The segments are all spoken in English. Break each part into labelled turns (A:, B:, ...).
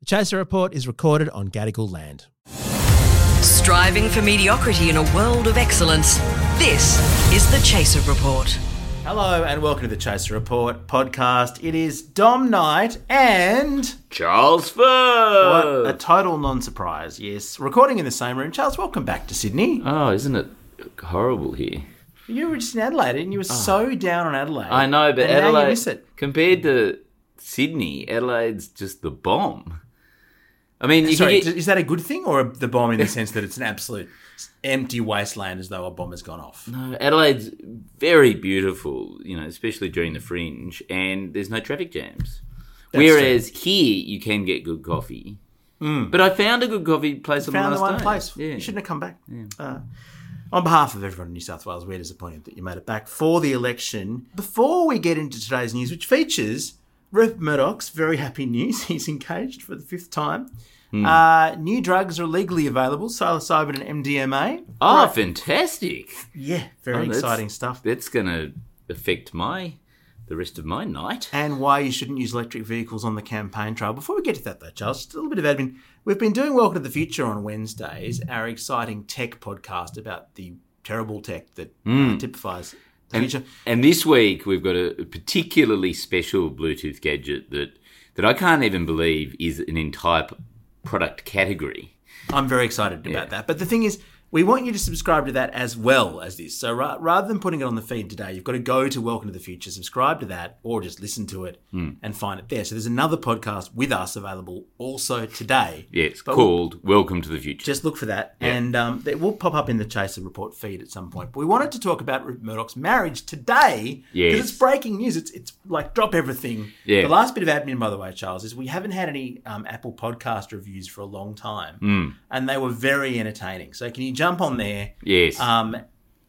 A: The Chaser Report is recorded on Gadigal land.
B: Striving for mediocrity in a world of excellence. This is the Chaser Report.
A: Hello and welcome to the Chaser Report podcast. It is Dom Knight and
C: Charles
A: what
C: Fur.
A: a total non-surprise. Yes, recording in the same room. Charles, welcome back to Sydney.
C: oh, isn't it horrible here?
A: You were just in Adelaide and you were so down on Adelaide.
C: Ah. I know, but
A: and
C: Adelaide
A: now you miss it.
C: compared to Sydney, Adelaide's just the bomb. I mean, you
A: Sorry,
C: can get,
A: is that a good thing or the bomb in the sense that it's an absolute empty wasteland as though a bomb has gone off?
C: no, uh, Adelaide's very beautiful, you know, especially during the fringe, and there's no traffic jams. Whereas here, you can get good coffee. But I found a good coffee place on
A: Mm. found
C: the
A: the one
C: last
A: place.
C: day.
A: You shouldn't have come back. Uh, on behalf of everyone in New South Wales, we're disappointed that you made it back for the election. Before we get into today's news, which features Rep Murdoch's very happy news, he's engaged for the fifth time.
C: Hmm.
A: Uh, new drugs are legally available, psilocybin and MDMA.
C: Oh, fantastic!
A: Yeah, very
C: Oh, that's-
A: exciting stuff.
C: That's going to affect my the rest of my night.
A: and why you shouldn't use electric vehicles on the campaign trail. Before we get to that, though, Charles, just a little bit of admin. We've been doing Welcome to the Future on Wednesdays, our exciting tech podcast about the terrible tech that uh, typifies the future.
C: Hmm. And this week we've got a particularly special Bluetooth gadget that that I can't even believe is an entire p- product category.
A: I'm very excited about that. But the thing is, we want you to subscribe to that as well as this. So ra- rather than putting it on the feed today, you've got to go to Welcome to the Future, subscribe to that, or just listen to it
C: Hmm.
A: and find it there. So there's another podcast with us available also today.
C: Yeah, it's
A: But we'll-
C: called Welcome to the Future.
A: Just look for that, and um, it will pop up in the Chaser Report feed at some point. But we wanted to talk about Rupert Murdoch's marriage today because
C: Yes.
A: it's breaking news. It's it's like drop everything.
C: Yeah.
A: The last bit of admin, by the way, Charles, is we haven't had any um, Apple podcast reviews for a long time,
C: Mm.
A: and they were very entertaining. So can you jump on there?
C: yes.
A: Um,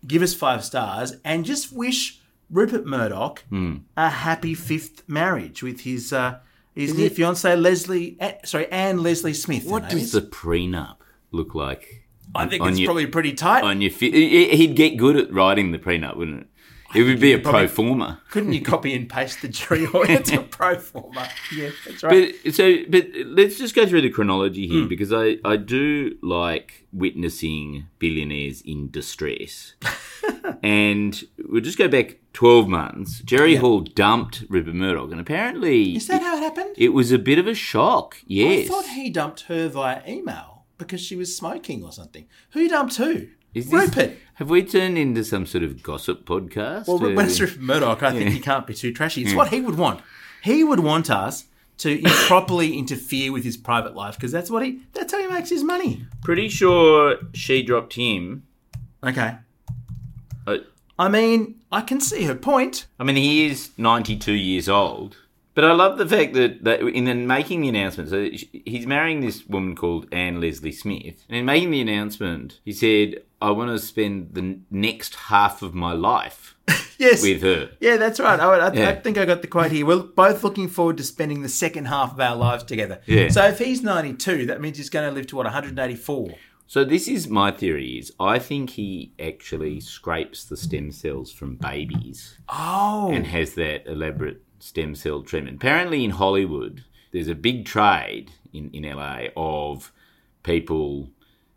A: give us five stars and just wish Rupert Murdoch
C: Mm.
A: a happy fifth marriage with his uh, his new fiancee Leslie. eh, sorry, Anne Leslie Smith. her
C: what
A: name
C: does
A: is.
C: the prenup look like?
A: I think
C: on
A: it's
C: your-
A: probably pretty tight.
C: On your fi- he- he'd get good at writing the prenup, wouldn't it? It would be a pro forma.
A: Couldn't you copy and paste the jury order to pro forma? Yeah, that's right.
C: But so, but let's just go through the chronology
A: Hmm.
C: here because I I do like witnessing billionaires in distress, and we'll just go back twelve months. Jerry Hall dumped Rupert Murdoch, and apparently
A: Is that how it happened?
C: it was a bit of a shock.
A: I
C: Yes,
A: thought he dumped her via email because she was smoking or something. Who dumped who?
C: Is this-
A: Rupert.
C: Have we turned into some sort of gossip podcast?
A: Well,
C: Uh,
A: when it's Rupert Murdoch, I think he can't be too trashy. It's what he would want. He would want us to improperly interfere with his private life because that's what he. That's how he makes his money.
C: pretty sure she dropped him.
A: Okay.
C: Uh,
A: I mean, I can see her point.
C: I mean, he is 92 years old. But I love the fact that, that in the, making the announcement, so sh- he's marrying this woman called Anne Leslie Smith. And in making the announcement, he said, I want to spend the n- next half of my life
A: Yes.
C: with her.
A: Yeah, that's right. I, I, I
C: Yeah.
A: think I got the quote here. We're both looking forward to spending the second half of our lives together.
C: Yeah.
A: So if he's 92, that means he's going to live to what 184.
C: So this is my theory is I think he actually scrapes the stem cells from babies
A: Oh,
C: and has that elaborate stem cell treatment. Apparently, in Hollywood, there's a big trade in, in LA of people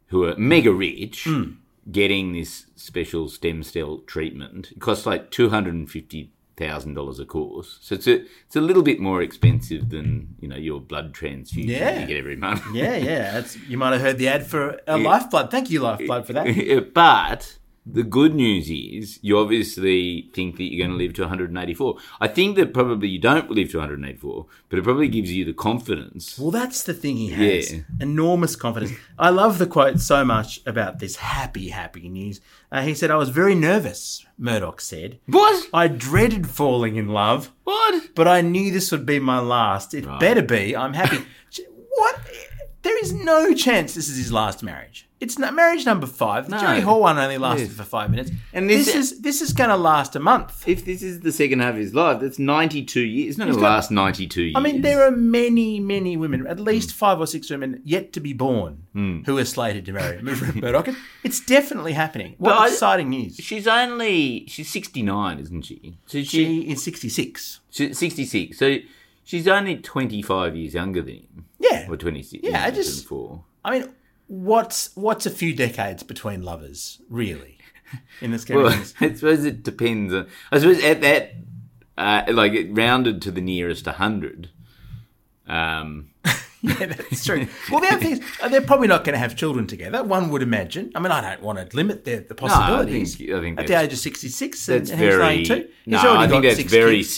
C: who are mega rich
A: Hmm.
C: getting this special stem cell treatment. It costs like two hundred and fifty thousand dollars a course, so it's a it's a little bit more expensive than you know your blood transfusion
A: Yeah.
C: you get every month.
A: yeah, yeah. That's, you might have heard the ad for uh, Lifeblood. Thank you, Lifeblood, for that.
C: but The good news is you obviously think that you're going to live to 184. I think that probably you don't live to 184, but it probably gives you the confidence.
A: Well, that's the thing he has.
C: Yeah.
A: Enormous confidence. I love the quote so much about this happy, happy news. Uh, he said, I was very nervous, Murdoch said.
C: What?
A: I dreaded falling in love,
C: What?
A: but I knew this would be my last. It better be. I'm happy. what? There is no chance this is his last marriage. It's not marriage number five. The
C: No.
A: Jerry Hall one only lasted
C: Yeah.
A: for five minutes. And
C: And
A: this,
C: this-
A: is this is going to last a month.
C: If this is the second half of his life, that's 92 years. It's not going to
A: got-
C: last 92 years.
A: I mean, there are many, many women,
C: Hmm.
A: at least five or six women yet to be born, who are slated to marry Rupert Murdoch. It's definitely happening. What
C: But I-
A: exciting news!
C: She's only she's 69, isn't she? So she,
A: She is sixty-six.
C: she 66. So she's only 25 years younger than him,
A: Yeah,
C: or 26.
A: Yeah, I just-
C: 24.
A: I mean, what's what's a few decades between lovers, really? In this game,
C: Well, I suppose it depends. On, I suppose at that, uh, like it rounded to the nearest 100. Um,
A: yeah, that's true. Well, the other thing is, uh, they're probably not going to have children together. One would imagine. I mean, I don't want to limit the, the possibilities.
C: think- I think
A: at the
C: that's-
A: age of sixty-six,
C: that's
A: and
C: very.
A: he's ninety-two. He's
C: No,
A: already
C: I
A: got
C: think that's
A: six
C: very
A: kids.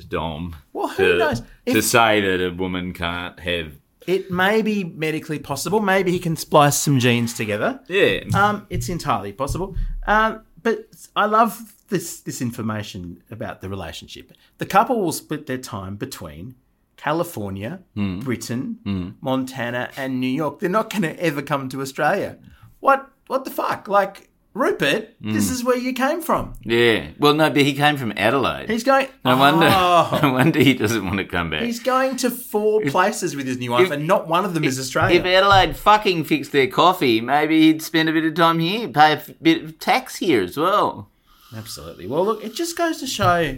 C: sexist, Dom.
A: Well, who
C: to,
A: knows?
C: to
A: If-
C: say that a woman can't have.
A: It may be medically possible. Maybe he can splice some genes together.
C: Yeah.
A: Um, it's entirely possible. Um, but I love this this information about the relationship. The couple will split their time between California,
C: Hmm.
A: Britain, Montana, and New York. They're not going to ever come to Australia. What what the fuck? Like Rupert, this is where you came from.
C: Hmm. yeah. Well, no, but he came from Adelaide.
A: He's going.
C: No wonder.
A: Oh.
C: No wonder he doesn't want to come back.
A: He's going to four places with his new wife,
C: if-
A: and not one of them is Australia.
C: If Adelaide fucking fixed their coffee, maybe he'd spend a bit of time here, pay a f- bit of tax here as well.
A: Absolutely. Well, look, it just goes to show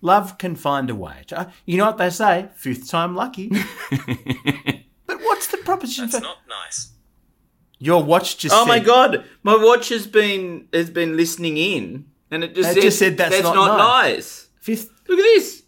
A: love can find a way. Uh, You know what they say? Fifth time lucky. but what's the proposition for
D: That's not nice.
A: your watch? Just
C: Oh
A: said,
C: my god, my watch has been has been listening in, and it just,
A: It
C: said,
A: just said, "That's
C: that's
A: not
C: not, nice.
A: Fifth,
C: Look at this.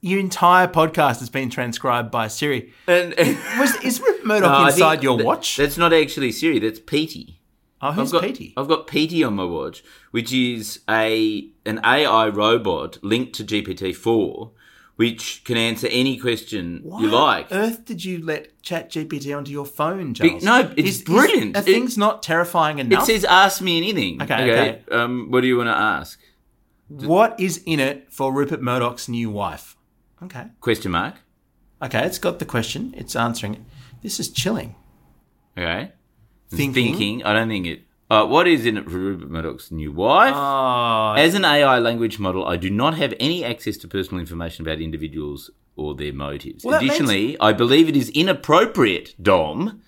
A: your entire podcast has been transcribed by Siri.
C: And
A: Was is Rip
C: No,
A: Murdoch
C: I think
A: inside your
C: that-
A: watch?
C: That's not actually Siri. That's Petey.
A: oh, who's
C: I've got,
A: Petey?
C: I've got Petey on my watch, which is a an AI robot linked to GPT four, which can answer any question
A: Why
C: you like.
A: on earth did you let Chat GPT onto your phone,
C: Be-
A: Charles?
C: no, it's brilliant.
A: Are
C: It-
A: things not terrifying enough?
C: It says ask me anything.
A: Okay,
C: Um, what do you want to ask?
A: what is in it for Rupert Murdoch's new wife? Okay.
C: Question mark.
A: Okay, it's got the question. It's answering it. This is chilling.
C: Okay.
A: Thinking.
C: I don't think it. Uh, what is in it for Rupert Murdoch's new wife?
A: Oh,
C: As an AI language model, I do not have any access to personal information about individuals or their motives.
A: Well, that
C: Additionally, I believe it is inappropriate, Dom,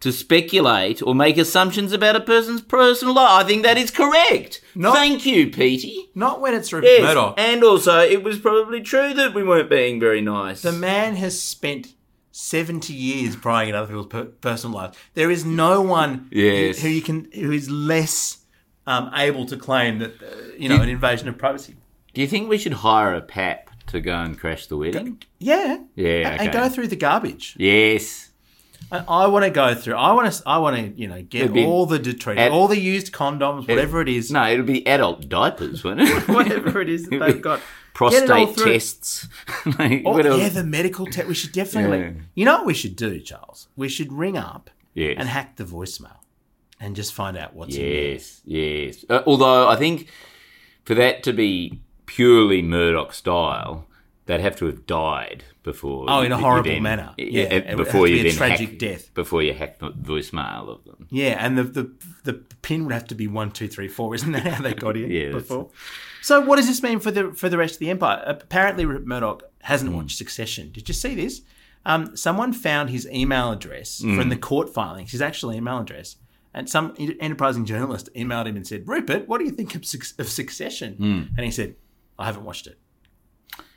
C: to speculate or make assumptions about a person's personal life. I think that is correct.
A: No.
C: Thank you, Petey.
A: not when it's Rupert
C: Yes.
A: Murdoch.
C: And also, it was probably true that we weren't being very nice.
A: the man has spent 70 years prying in other people's per- personal lives. There is no one
C: Yes.
A: who, who you can who is less um, able to claim that uh, you know an invasion of privacy.
C: Do you think we should hire a pap to go and crash the wedding?
A: Yeah.
C: Yeah,
A: And-
C: okay.
A: And go through the garbage.
C: Yes.
A: And I want to go through. I want to. I want to. You know, get
C: It'd be-
A: all the detritus,
C: at-
A: all the used condoms, whatever it is,
C: No, it'll be adult diapers, won't it?
A: whatever it is that they've got. Get it all
C: Prostate
A: through.
C: tests. Like,
A: Oh,
C: what else?
A: yeah, the medical tech. We should definitely.
C: Yeah.
A: You know what we should do, Charles? We should ring up
C: Yes.
A: and hack the voicemail and just find out what's in there.
C: Yes, yes. Uh, although I think for that to be purely Murdoch style, they'd have to have died before.
A: Oh, in a
C: you- you
A: horrible
C: then-
A: manner.
C: y-
A: Yeah,
C: uh,
A: it would
C: before
A: have to
C: you
A: be a
C: then
A: tragic
C: hack,
A: death.
C: Before you hack the voicemail of them.
A: Yeah, and the, the the pin would have to be one, two, three, four, isn't that how they got in
C: Yeah, that's-
A: before? So what does this mean for the for the rest of the empire? Apparently, Rupert Murdoch
C: Hmm.
A: hasn't watched Succession. Did you see this? Um, someone found his email address
C: Hmm.
A: from the court filings, his actual email address, and some en- enterprising journalist emailed him and said, "Rupert, what do you think of, suc- of Succession?"
C: Hmm.
A: And he said, "I haven't watched it."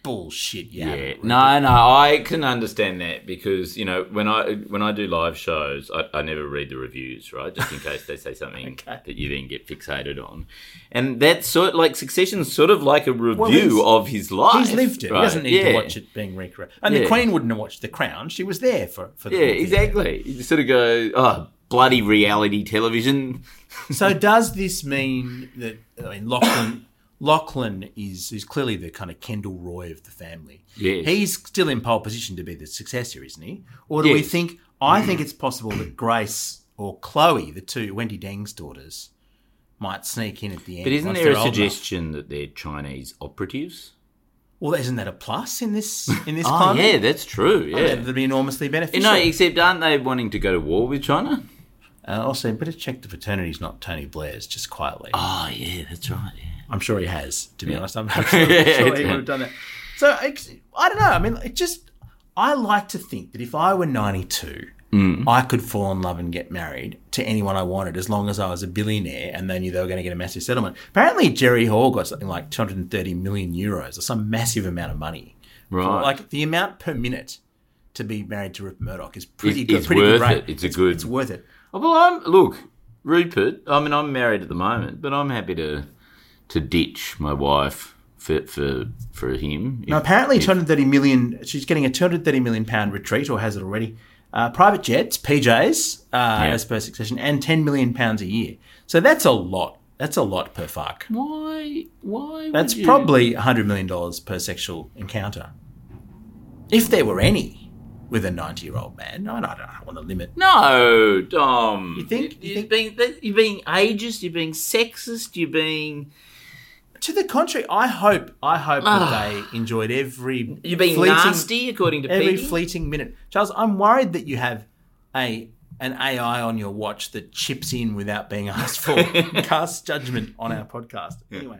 A: Bullshit. You
C: Yeah.
A: haven't, Rupert.
C: No, no, I can understand that because you know when I when I do live shows, I, I never read the reviews, right? Just in case they say something that you then get fixated on, and that's sort like Succession's sort of like a review
A: he's-
C: of his life.
A: He's lived it.
C: right?
A: He doesn't need to
C: Yeah.
A: watch it being recreated. And the
C: Yeah.
A: Queen wouldn't have watched The Crown. She was there for, for the
C: Yeah, exactly. You sort of go, oh bloody reality television.
A: So does this mean that I mean Lachlan? Lachlan is is clearly the kind of Kendall Roy of the family.
C: Yes.
A: he's still in pole position to be the successor, isn't he? Or do we
C: Yes.
A: think? I think it's possible that Grace or Chloe, the two Wendy Dang's daughters, might sneak in at the end.
C: But isn't
A: once
C: there
A: they're
C: a
A: old enough.
C: suggestion that they're Chinese operatives?
A: Well, isn't that a plus in this in this
C: Oh,
A: climate?
C: yeah, that's true. Yeah.
A: that'd be enormously
C: You
A: beneficial.
C: know, except aren't they wanting to go to war with China?
A: Uh, also, better check the fraternity's not Tony Blair's, just quietly.
C: Oh, yeah, that's right. Yeah.
A: I'm sure he has, to be honest. I'm absolutely
C: Yeah,
A: sure he
C: yeah.
A: would have done that. So I, I don't know. I mean, it just I like to think that if I were 92,
C: Mm.
A: I could fall in love and get married to anyone I wanted, as long as I was a billionaire and they knew they were going to get a massive settlement. Apparently, Jerry Hall got something like 230 million euros or some massive amount of money.
C: Right.
A: Like the amount per minute to be married to Rupert Murdoch is pretty
C: It-
A: good.
C: it's
A: pretty
C: worth
A: good rate.
C: it. It's a good-
A: It's worth it.
C: Oh, well, I'm look, Rupert. I mean, I'm married at the moment, but I'm happy to to ditch my wife for for for him.
A: Now,
C: If-
A: apparently, 230 million. She's getting a 230 million pound retreat, or has it already? Uh, private jets, PJs, uh, as per succession, and 10 million pounds a year. So that's a lot. That's a lot per fuck.
C: why? Why? would
A: That's
C: you-
A: probably 100 million dollars per sexual encounter, if there were any with a 90 year old man. I don't, I don't want to limit.
C: No, Dom.
A: You think- you
C: are
A: think-
C: being that- you're being ageist. You're being sexist. You're being
A: To the contrary, I hope I hope that they enjoyed every
C: Ah. you're being
A: fleeting-
C: nasty, according to
A: every
C: Peggy.
A: fleeting minute. Charles, I'm worried that you have a an AI on your watch that chips in without being asked for, and casts judgment on our podcast. Anyway,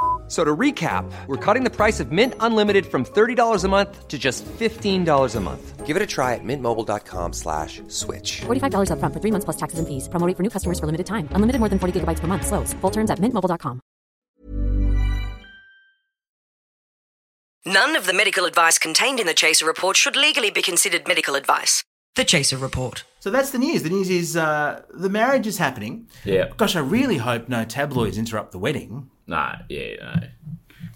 D: f- So to recap, we're cutting the price of Mint Unlimited from $30 a month to just $15 a month. Give it a try at mintmobile.com slash switch.
E: $45 upfront for three months plus taxes and fees. Promote for new customers for limited time. Unlimited more than 40 gigabytes per month. Slows. Full terms at mintmobile.com.
B: None of the medical advice contained in the Chaser Report should legally be considered medical advice. The Chaser Report.
A: so that's the news. The news is uh, the marriage is happening.
C: Yeah.
A: Gosh, I really hope no tabloids interrupt the wedding.
C: No. Yeah. No.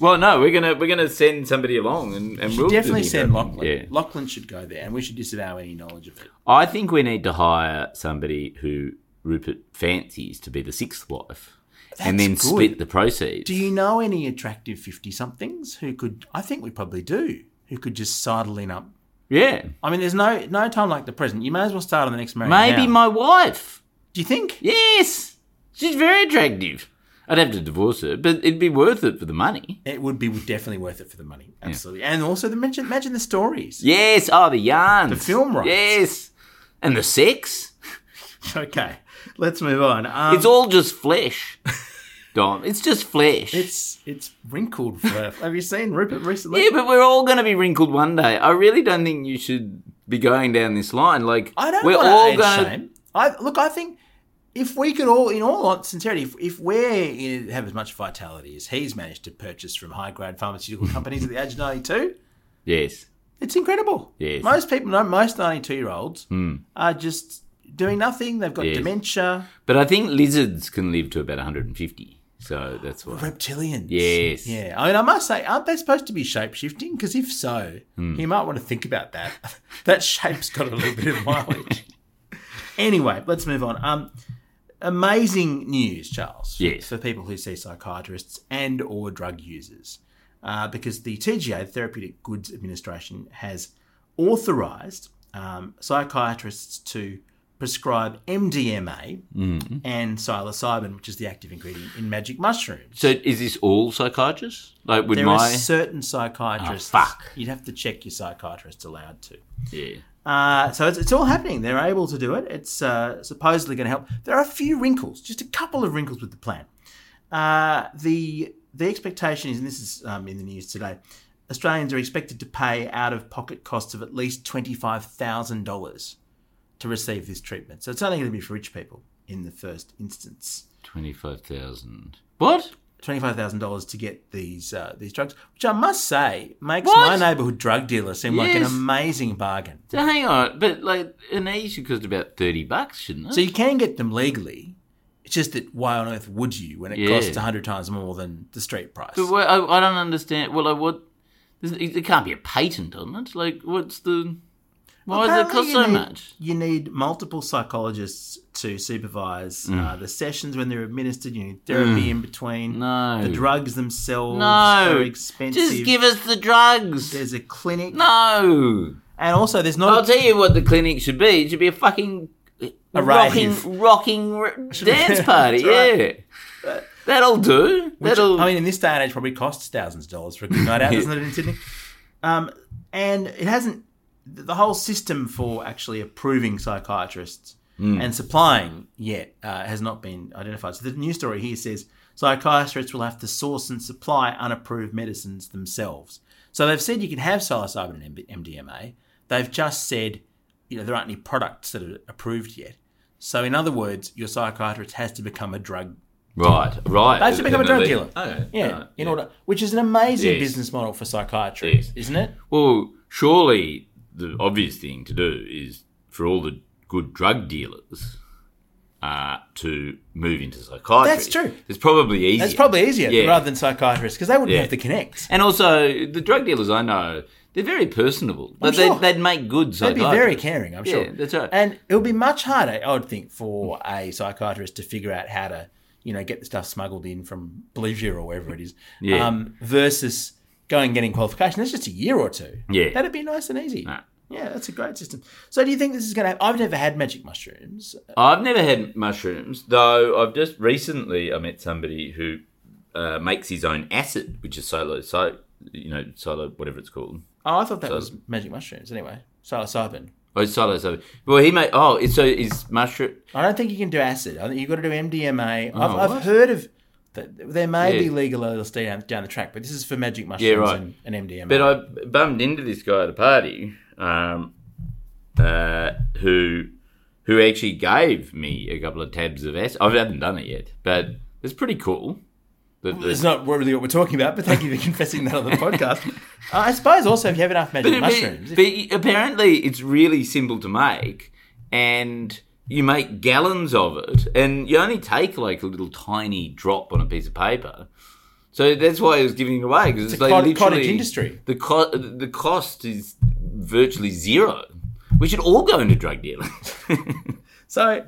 C: Well, no, we're gonna we're gonna send somebody along, and, and we'll
A: Should
C: do
A: definitely
C: the
A: send
C: interview.
A: Lachlan.
C: Yeah.
A: Lachlan should go there, and we should disavow any knowledge of it.
C: I think we need to hire somebody who Rupert fancies to be the sixth wife, and then
A: That's good.
C: split the proceeds.
A: Do you know any attractive fifty-somethings who could? I think we probably do. Who could just sidle in up?
C: yeah,
A: I mean, there's no no time like the present. You may as well start on the next marriage.
C: maybe
A: now.
C: my wife.
A: Do you think?
C: Yes, she's very attractive. I'd have to divorce her, but it'd be worth it for the money.
A: It would be definitely worth it for the money. Absolutely. And also, the, imagine, imagine the stories.
C: Yes, oh the yarns,
A: The film rights.
C: Yes, and the sex.
A: Okay, let's move on. Um,
C: it's all just flesh, Dom. It's just flesh.
A: It's, it's wrinkled. For, have you seen Rupert recently?
C: yeah, but we're all going to be wrinkled one day. I really don't think you should be going down this line. Like
A: I don't
C: we're
A: want
C: all
A: to
C: gonna-
A: shame. I, look, I think if we could all, in all hon- sincerity, if, if we're in, have as much vitality as he's managed to purchase from high grade pharmaceutical companies at the age of 92,
C: Yes.
A: It's incredible.
C: Yes. Hmm.
A: Most people, no, most 92 year olds are just doing nothing. They've got
C: Yes.
A: dementia.
C: But I think lizards can live to about 150. So that's why.
A: Reptilians.
C: Yes.
A: Yeah. I mean, I must say, aren't they supposed to be shape shifting? Because if so,
C: Hmm.
A: you might want to think about that. that shape's got a little bit of mileage. anyway, let's move on. Um, amazing news, Charles. for-
C: Yes.
A: For people who see psychiatrists and or drug users, uh, because the TGA, the Therapeutic Goods Administration, has authorised um, psychiatrists to prescribe MDMA
C: Hmm.
A: and psilocybin, which is the active ingredient in magic mushrooms.
C: So is this all psychiatrists? Like with
A: There
C: my.
A: are certain psychiatrists.
C: Oh, fuck.
A: You'd have to check your psychiatrist allowed to.
C: yeah.
A: Uh, so it's, it's all happening. They're able to do it. It's uh, supposedly going to help. There are a few wrinkles, just a couple of wrinkles with the plan. Uh, the the expectation is, and this is um, in the news today, Australians are expected to pay out of pocket costs of at least twenty five thousand dollars to receive this treatment. So it's only going to be for rich people in the first instance.
C: 25,000. What?
A: $25,000 to get these uh, these drugs, which I must say makes
C: What?
A: my neighborhood drug dealer seem like an
C: Yes.
A: amazing bargain.
C: So hang on, but like an E should cost about thirty bucks, shouldn't it?
A: So you can get them legally. It's just that why on earth would you when it
C: Yeah.
A: costs costs 100 times more than the street price?
C: But why- I, I don't understand. Well, I what? There can't be a patent on it. Like, what's the? Why does it
A: Apparently
C: cost
A: you
C: so
A: need-
C: much?
A: You need multiple psychologists to supervise
C: Mm.
A: uh, the sessions when they're administered. You need therapy in between.
C: No.
A: the drugs themselves
C: No,
A: are expensive.
C: Just give us the drugs.
A: There's a clinic,
C: no.
A: and also there's not.
C: I'll tell you what the clinic should be. It should be a fucking
A: A rave.
C: rocking, rocking r- dance party.
A: That's
C: yeah, that'll do.
A: Which,
C: that'll.
A: I mean, in this day and age, probably costs thousands of dollars for a good night out, doesn't it, in Sydney? Um, and it hasn't. The whole system for actually approving psychiatrists and supplying yet uh, has not been identified. So the news story here says psychiatrists will have to source and supply unapproved medicines themselves. So they've said you can have psilocybin and M- MDMA. They've just said you know there aren't any products that are approved yet. So in other words, your psychiatrist has to become a drug
C: right, right.
A: they have to become a drug
C: They-
A: dealer.
C: Okay,
A: yeah,
C: right,
A: in
C: yeah.
A: order, which is an amazing
C: Yes.
A: business model for psychiatry,
C: Yes.
A: isn't it?
C: Well, surely the obvious thing to do is for all the good drug dealers uh, to move into psychiatry.
A: That's true.
C: It's probably easier.
A: That's probably easier
C: Yeah.
A: rather than psychiatrists because they wouldn't
C: Yeah.
A: have to connect.
C: And also, the drug dealers I know, they're very personable. But
A: sure.
C: they'd, they'd make good
A: They'd be
C: psychiatrists.
A: very caring, I'm sure.
C: Yeah, that's right.
A: And it would be much harder, I would think, for a psychiatrist to figure out how to, you know, get the stuff smuggled in from Bolivia or wherever it is,
C: Yeah.
A: um, versus going and getting qualification. That's just a year or two.
C: Yeah.
A: that'd be nice and easy.
C: Nah.
A: Yeah, that's a great system. So, do you think this is going to? I've never had magic mushrooms.
C: I've never had mushrooms, though I've just recently I met somebody who uh, makes his own acid, which is solo, so, you know, solo, whatever it's called.
A: Oh, I thought that was magic mushrooms. Anyway, psilocybin.
C: Oh, it's solo, solo. Well, he made, oh, it's, so is mushroom,
A: I don't think you can do acid. I think you've got to do MDMA.
C: Oh,
A: I've,
C: what?
A: I've heard of. th- There may be
C: Yeah.
A: legal LSD down, down the track, but this is for magic mushrooms
C: right.
A: and, and MDMA.
C: But I bummed into this guy at a party, um, uh, who who actually gave me a couple of tabs of acid. I haven't done it yet, but it's pretty cool. That-
A: it's not
C: that-
A: really what we're talking about, but thank you for confessing that on the podcast. Uh, I suppose also if you have enough magic
C: but,
A: mushrooms,
C: but apparently it's really simple to make, and you make gallons of it, and you only take like a little tiny drop on a piece of paper. So that's why I was giving it away because it's,
A: a
C: like
A: cot-
C: literally
A: cottage industry.
C: The co- the cost is virtually zero. We should all go into drug dealing.
A: so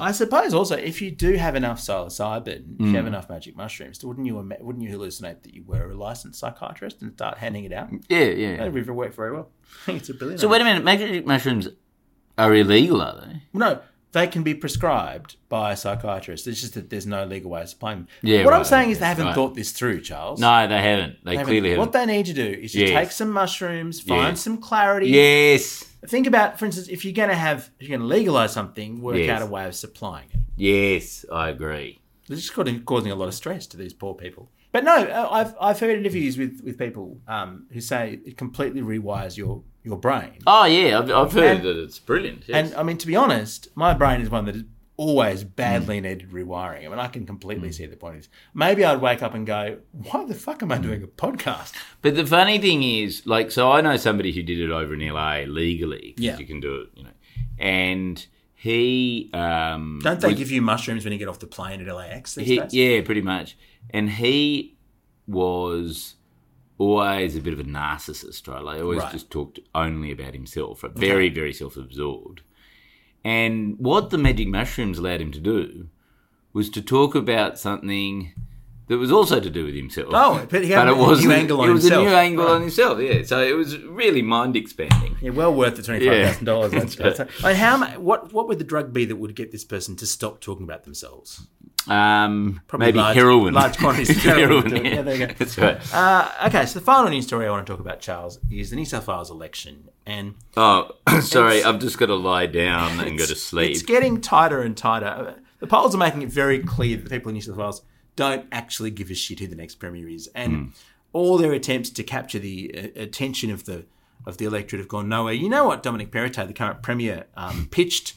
A: I suppose also if you do have enough psilocybin, if you
C: Mm.
A: have enough magic mushrooms, wouldn't you ima- wouldn't you hallucinate that you were a licensed psychiatrist and start handing it out?
C: yeah, yeah.
A: That would work very well. I think it's a billion.
C: Mm. So wait a minute, magic mushrooms are illegal, are they?
A: No, they can be prescribed by a psychiatrist. It's just that there's no legal way of supplying them.
C: Yeah,
A: what I'm
C: right,
A: saying is
C: yeah,
A: they haven't
C: right.
A: thought this through, Charles.
C: No, they haven't. They,
A: They haven't.
C: clearly
A: What
C: haven't.
A: they need to do is you
C: Yes.
A: take some mushrooms, find
C: Yes.
A: some clarity.
C: yes,
A: Think about, for instance, if you're going to have, if you're going to legalize something, work
C: Yes.
A: out a way of supplying it.
C: yes, I agree.
A: It's just causing, causing a lot of stress to these poor people. But no, uh, I've, I've heard interviews with, with people um, who say it completely rewires your, your brain.
C: Oh yeah, I've, I've heard
A: And-
C: that it's brilliant. yes.
A: And I mean, to be honest, my brain is one that is always badly needed rewiring. I mean, I can completely see the point. Is maybe I'd wake up and go, "Why the fuck am I doing a podcast?"
C: But the funny thing is, like, so I know somebody who did it over in LA legally 'cause
A: Yeah.
C: you can do it, you know, and he, um,
A: Don't they
C: was-
A: give you mushrooms when you get off the plane at LAX these
C: he,
A: days?
C: yeah, pretty much, and he was always a bit of a narcissist, right? Like, always
A: Right.
C: just talked only about himself, right? very, very self-absorbed. And what the magic mushrooms allowed him to do was to talk about something that was also to do with himself.
A: Oh, but he had a new
C: wasn't-
A: angle on
C: It was a new
A: himself.
C: angle on himself. Yeah, so it was really mind expanding.
A: Yeah, well worth the twenty five thousand dollars. That's,
C: Yeah.
A: that's I mean, how mu- what what would the drug be that would get this person to stop talking about themselves?
C: Um,
A: Probably
C: maybe
A: large-
C: heroin,
A: large quantities of heroin would do it.
C: yeah.
A: Yeah, there you go.
C: That's right.
A: Uh, okay, so the final news story I want to talk about, Charles, is the New South Wales election, and
C: Oh, sorry, I've just got to lie down and go to sleep.
A: It's getting tighter and tighter. The polls are making it very clear that the people in New South Wales don't actually give a shit who the next premier is, and
C: Hmm.
A: all their attempts to capture the uh, attention of the of the electorate have gone nowhere. You know what Dominic Perrottet, the current premier, um, pitched.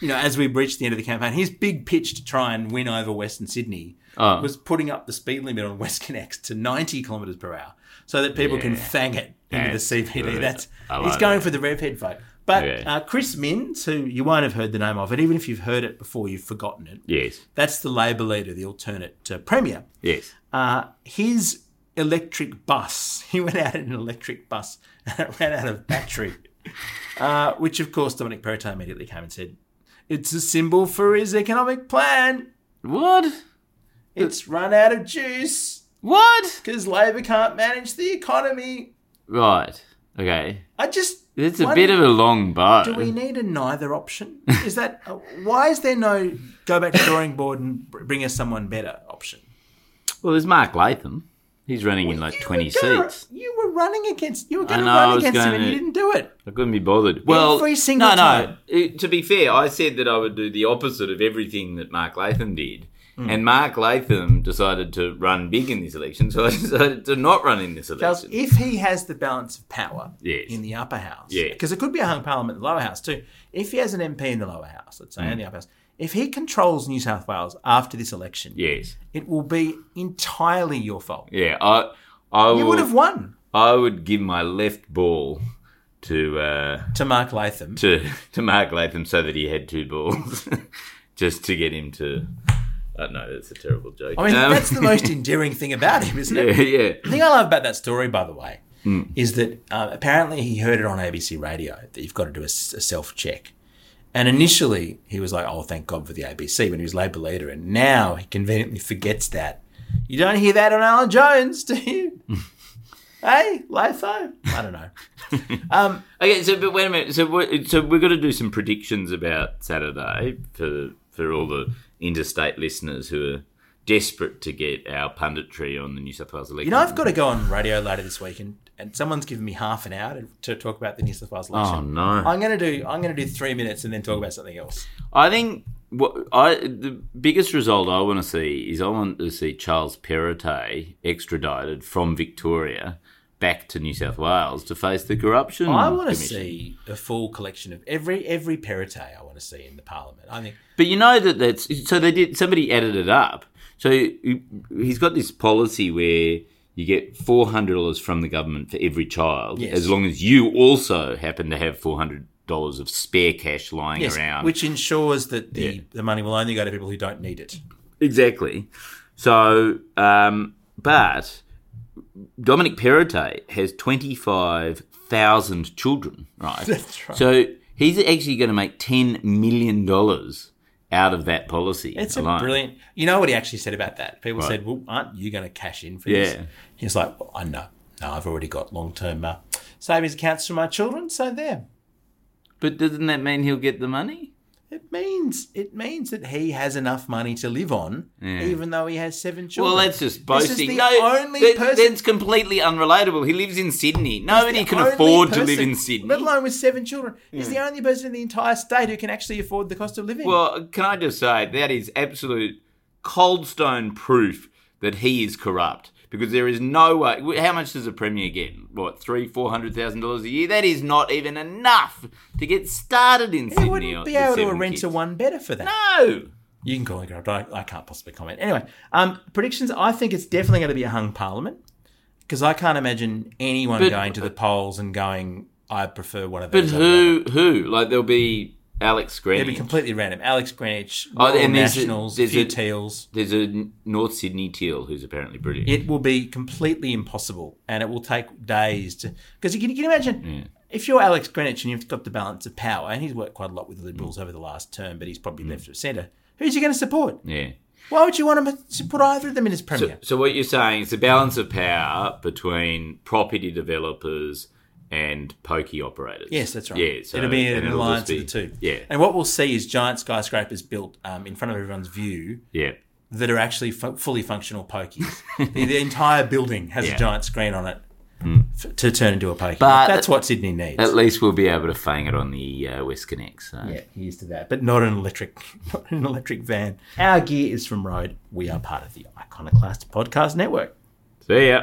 A: You know, as we reached the end of the campaign, his big pitch to try and win over Western Sydney
C: Oh.
A: was putting up the speed limit on WestConnex to 90 kilometers per hour so that people can fang it into
C: That's
A: the CBD.
C: good.
A: That's
C: I
A: he's
C: like
A: going
C: that.
A: for the rev head vote. But
C: Okay.
A: uh, Chris Minns, who you won't have heard the name of, and even if you've heard it before, you've forgotten it.
C: Yes.
A: That's the Labor leader, the alternate uh, premier.
C: Yes.
A: Uh, his electric bus, he went out in an electric bus and it ran out of battery. uh, which, of course, Dominic Perrottet immediately came and said, It's a symbol for his economic plan.
C: What?
A: It's run out of juice
C: What?
A: because Labor can't manage the economy.
C: Right. Okay.
A: I just.
C: It's a
A: why
C: bit
A: do-
C: of a long bow.
A: Do we need a neither option? Is that. uh, why is there no go back to drawing board and br- bring us someone better option?
C: Well, there's Mark Latham. He's running in like
A: You
C: 20
A: were gonna-
C: seats.
A: You were running against. You were going to
C: know, I
A: run
C: was
A: against him and
C: gonna-
A: you didn't do it.
C: I couldn't be bothered. Well,
A: Every single
C: no,
A: time.
C: no. It- to be fair, I said that I would do the opposite of everything that Mark Latham did,
A: Mm.
C: and Mark Latham decided to run big in this election, so I decided to not run in this
A: Charles,
C: election.
A: if he has the balance of power
C: Yes.
A: in the upper house,
C: Yes.
A: because it could be a hung parliament in the lower house too. If he has an MP in the lower house, let's
C: Mm.
A: say, and the upper house, if he controls New South Wales after this election,
C: yes,
A: it will be entirely your fault.
C: yeah. I, I
A: You would have won
C: I would give my left ball to uh,
A: to Mark Latham.
C: to to Mark Latham so that he had two balls, just to get him to. I know that's a terrible joke.
A: I mean,
C: Um,
A: that's the most endearing thing about him, isn't it?
C: yeah, Hmm.
A: The thing I love about that story, by the way, is that uh, apparently he heard it on ABC Radio that you've got to do a, self check. And initially he was like, oh, thank God for the ABC when he was Labour leader. And now he conveniently forgets that. You don't hear that on Alan Jones, do you? hey, Latho? I don't know.
C: Okay, so but wait a minute. So we're, so we're going to do some predictions about Saturday for for all the interstate listeners who are desperate to get our punditry on the New South Wales election.
A: You know, I've got to go on radio later this week and, and someone's given me half an hour to, to talk about the New South Wales election.
C: Oh no!
A: I'm gonna do I'm gonna do three minutes and then talk about something else.
C: I think what I the biggest result I want to see is I want to see Charles Perrottet extradited from Victoria back to New South Wales to face the corruption.
A: I want to
C: Commission.
A: see a full collection of every every perite I want to see in the parliament. I think
C: But you know that that's so they did. Somebody added it up. So he- he's got this policy where you get four hundred dollars from the government for every child,
A: Yes.
C: as long as you also happen to have four hundred dollars of spare cash lying
A: yes,
C: around.
A: which ensures that the,
C: Yeah.
A: the money will only go to people who don't need it.
C: exactly. So, um, but Dominic Perrottet has twenty five thousand children, right?
A: That's right.
C: So he's actually going to make ten million dollars out of that policy.
A: It's
C: alone.
A: a brilliant. You know what he actually said about that? People
C: Right.
A: said, "Well, aren't you going to cash in for
C: Yeah.
A: this?" He's like, well, "I know. No, I've already got long term uh, savings accounts for my children, so there."
C: But doesn't that mean he'll get the money?
A: It means it means that he has enough money to live on, even though he has seven children.
C: Well, that's just
A: This
C: boasting.
A: is the
C: no,
A: only
C: that-
A: person.
C: that's completely unrelatable. He lives in Sydney. Nobody
A: the
C: can
A: only
C: afford to live
A: person,
C: in Sydney.
A: Let alone with seven children. He's the only person in the entire state who can actually afford the cost of living.
C: Well, can I just say that is absolute cold stone proof that he is corrupt because there is no way. How much does a premier get? What three, four hundred thousand dollars a year? That is not even enough to get started in Sydney.
A: he wouldn't be
C: with
A: able to
C: seven
A: rent
C: kids.
A: a one better for that.
C: No.
A: You can call it corrupt. I, I can't possibly comment. Anyway, um, predictions. I think it's definitely going to be a hung parliament because I can't imagine anyone
C: But-
A: going to the polls and going, "I prefer one of
C: But
A: those." over the other."
C: who? Who? Like there'll be Alex Greenwich.
A: It'd be completely random. Alex Greenwich,
C: Oh,
A: Royal
C: and there's a-
A: Nationals,
C: there's
A: few
C: a-
A: Teals.
C: There's a n- North Sydney teal who's apparently brilliant.
A: it will be completely impossible and it will take days to because you can, you can imagine if you're alex greenwich and you've got the balance of power and he's worked quite a lot with the liberals over the last term but he's
C: Mm.
A: probably left of centre who's he going to support
C: yeah.
A: why would you want him to put either of them in as
C: So,
A: premier
C: so what you're saying is the balance of power between property developers and pokey operators.
A: Yes, that's right.
C: Yeah, so
A: it'll be
C: and
A: an
C: it'll
A: alliance
C: just be-
A: of the two.
C: Yeah,
A: and what we'll see is giant skyscrapers built um, in front of everyone's view
C: yeah,
A: that are actually fu- fully functional pokies. the, the entire building has
C: Yeah. Hmm.
A: a giant screen on it f- to turn into a pokey.
C: But-
A: that's what Sydney needs.
C: At least we'll be able to fang it on the uh, West Connect. So.
A: Yeah, here's to that. But not an electric, not an electric van. Our gear is from Road. We are part of the Iconoclast Podcast Network.
C: See ya.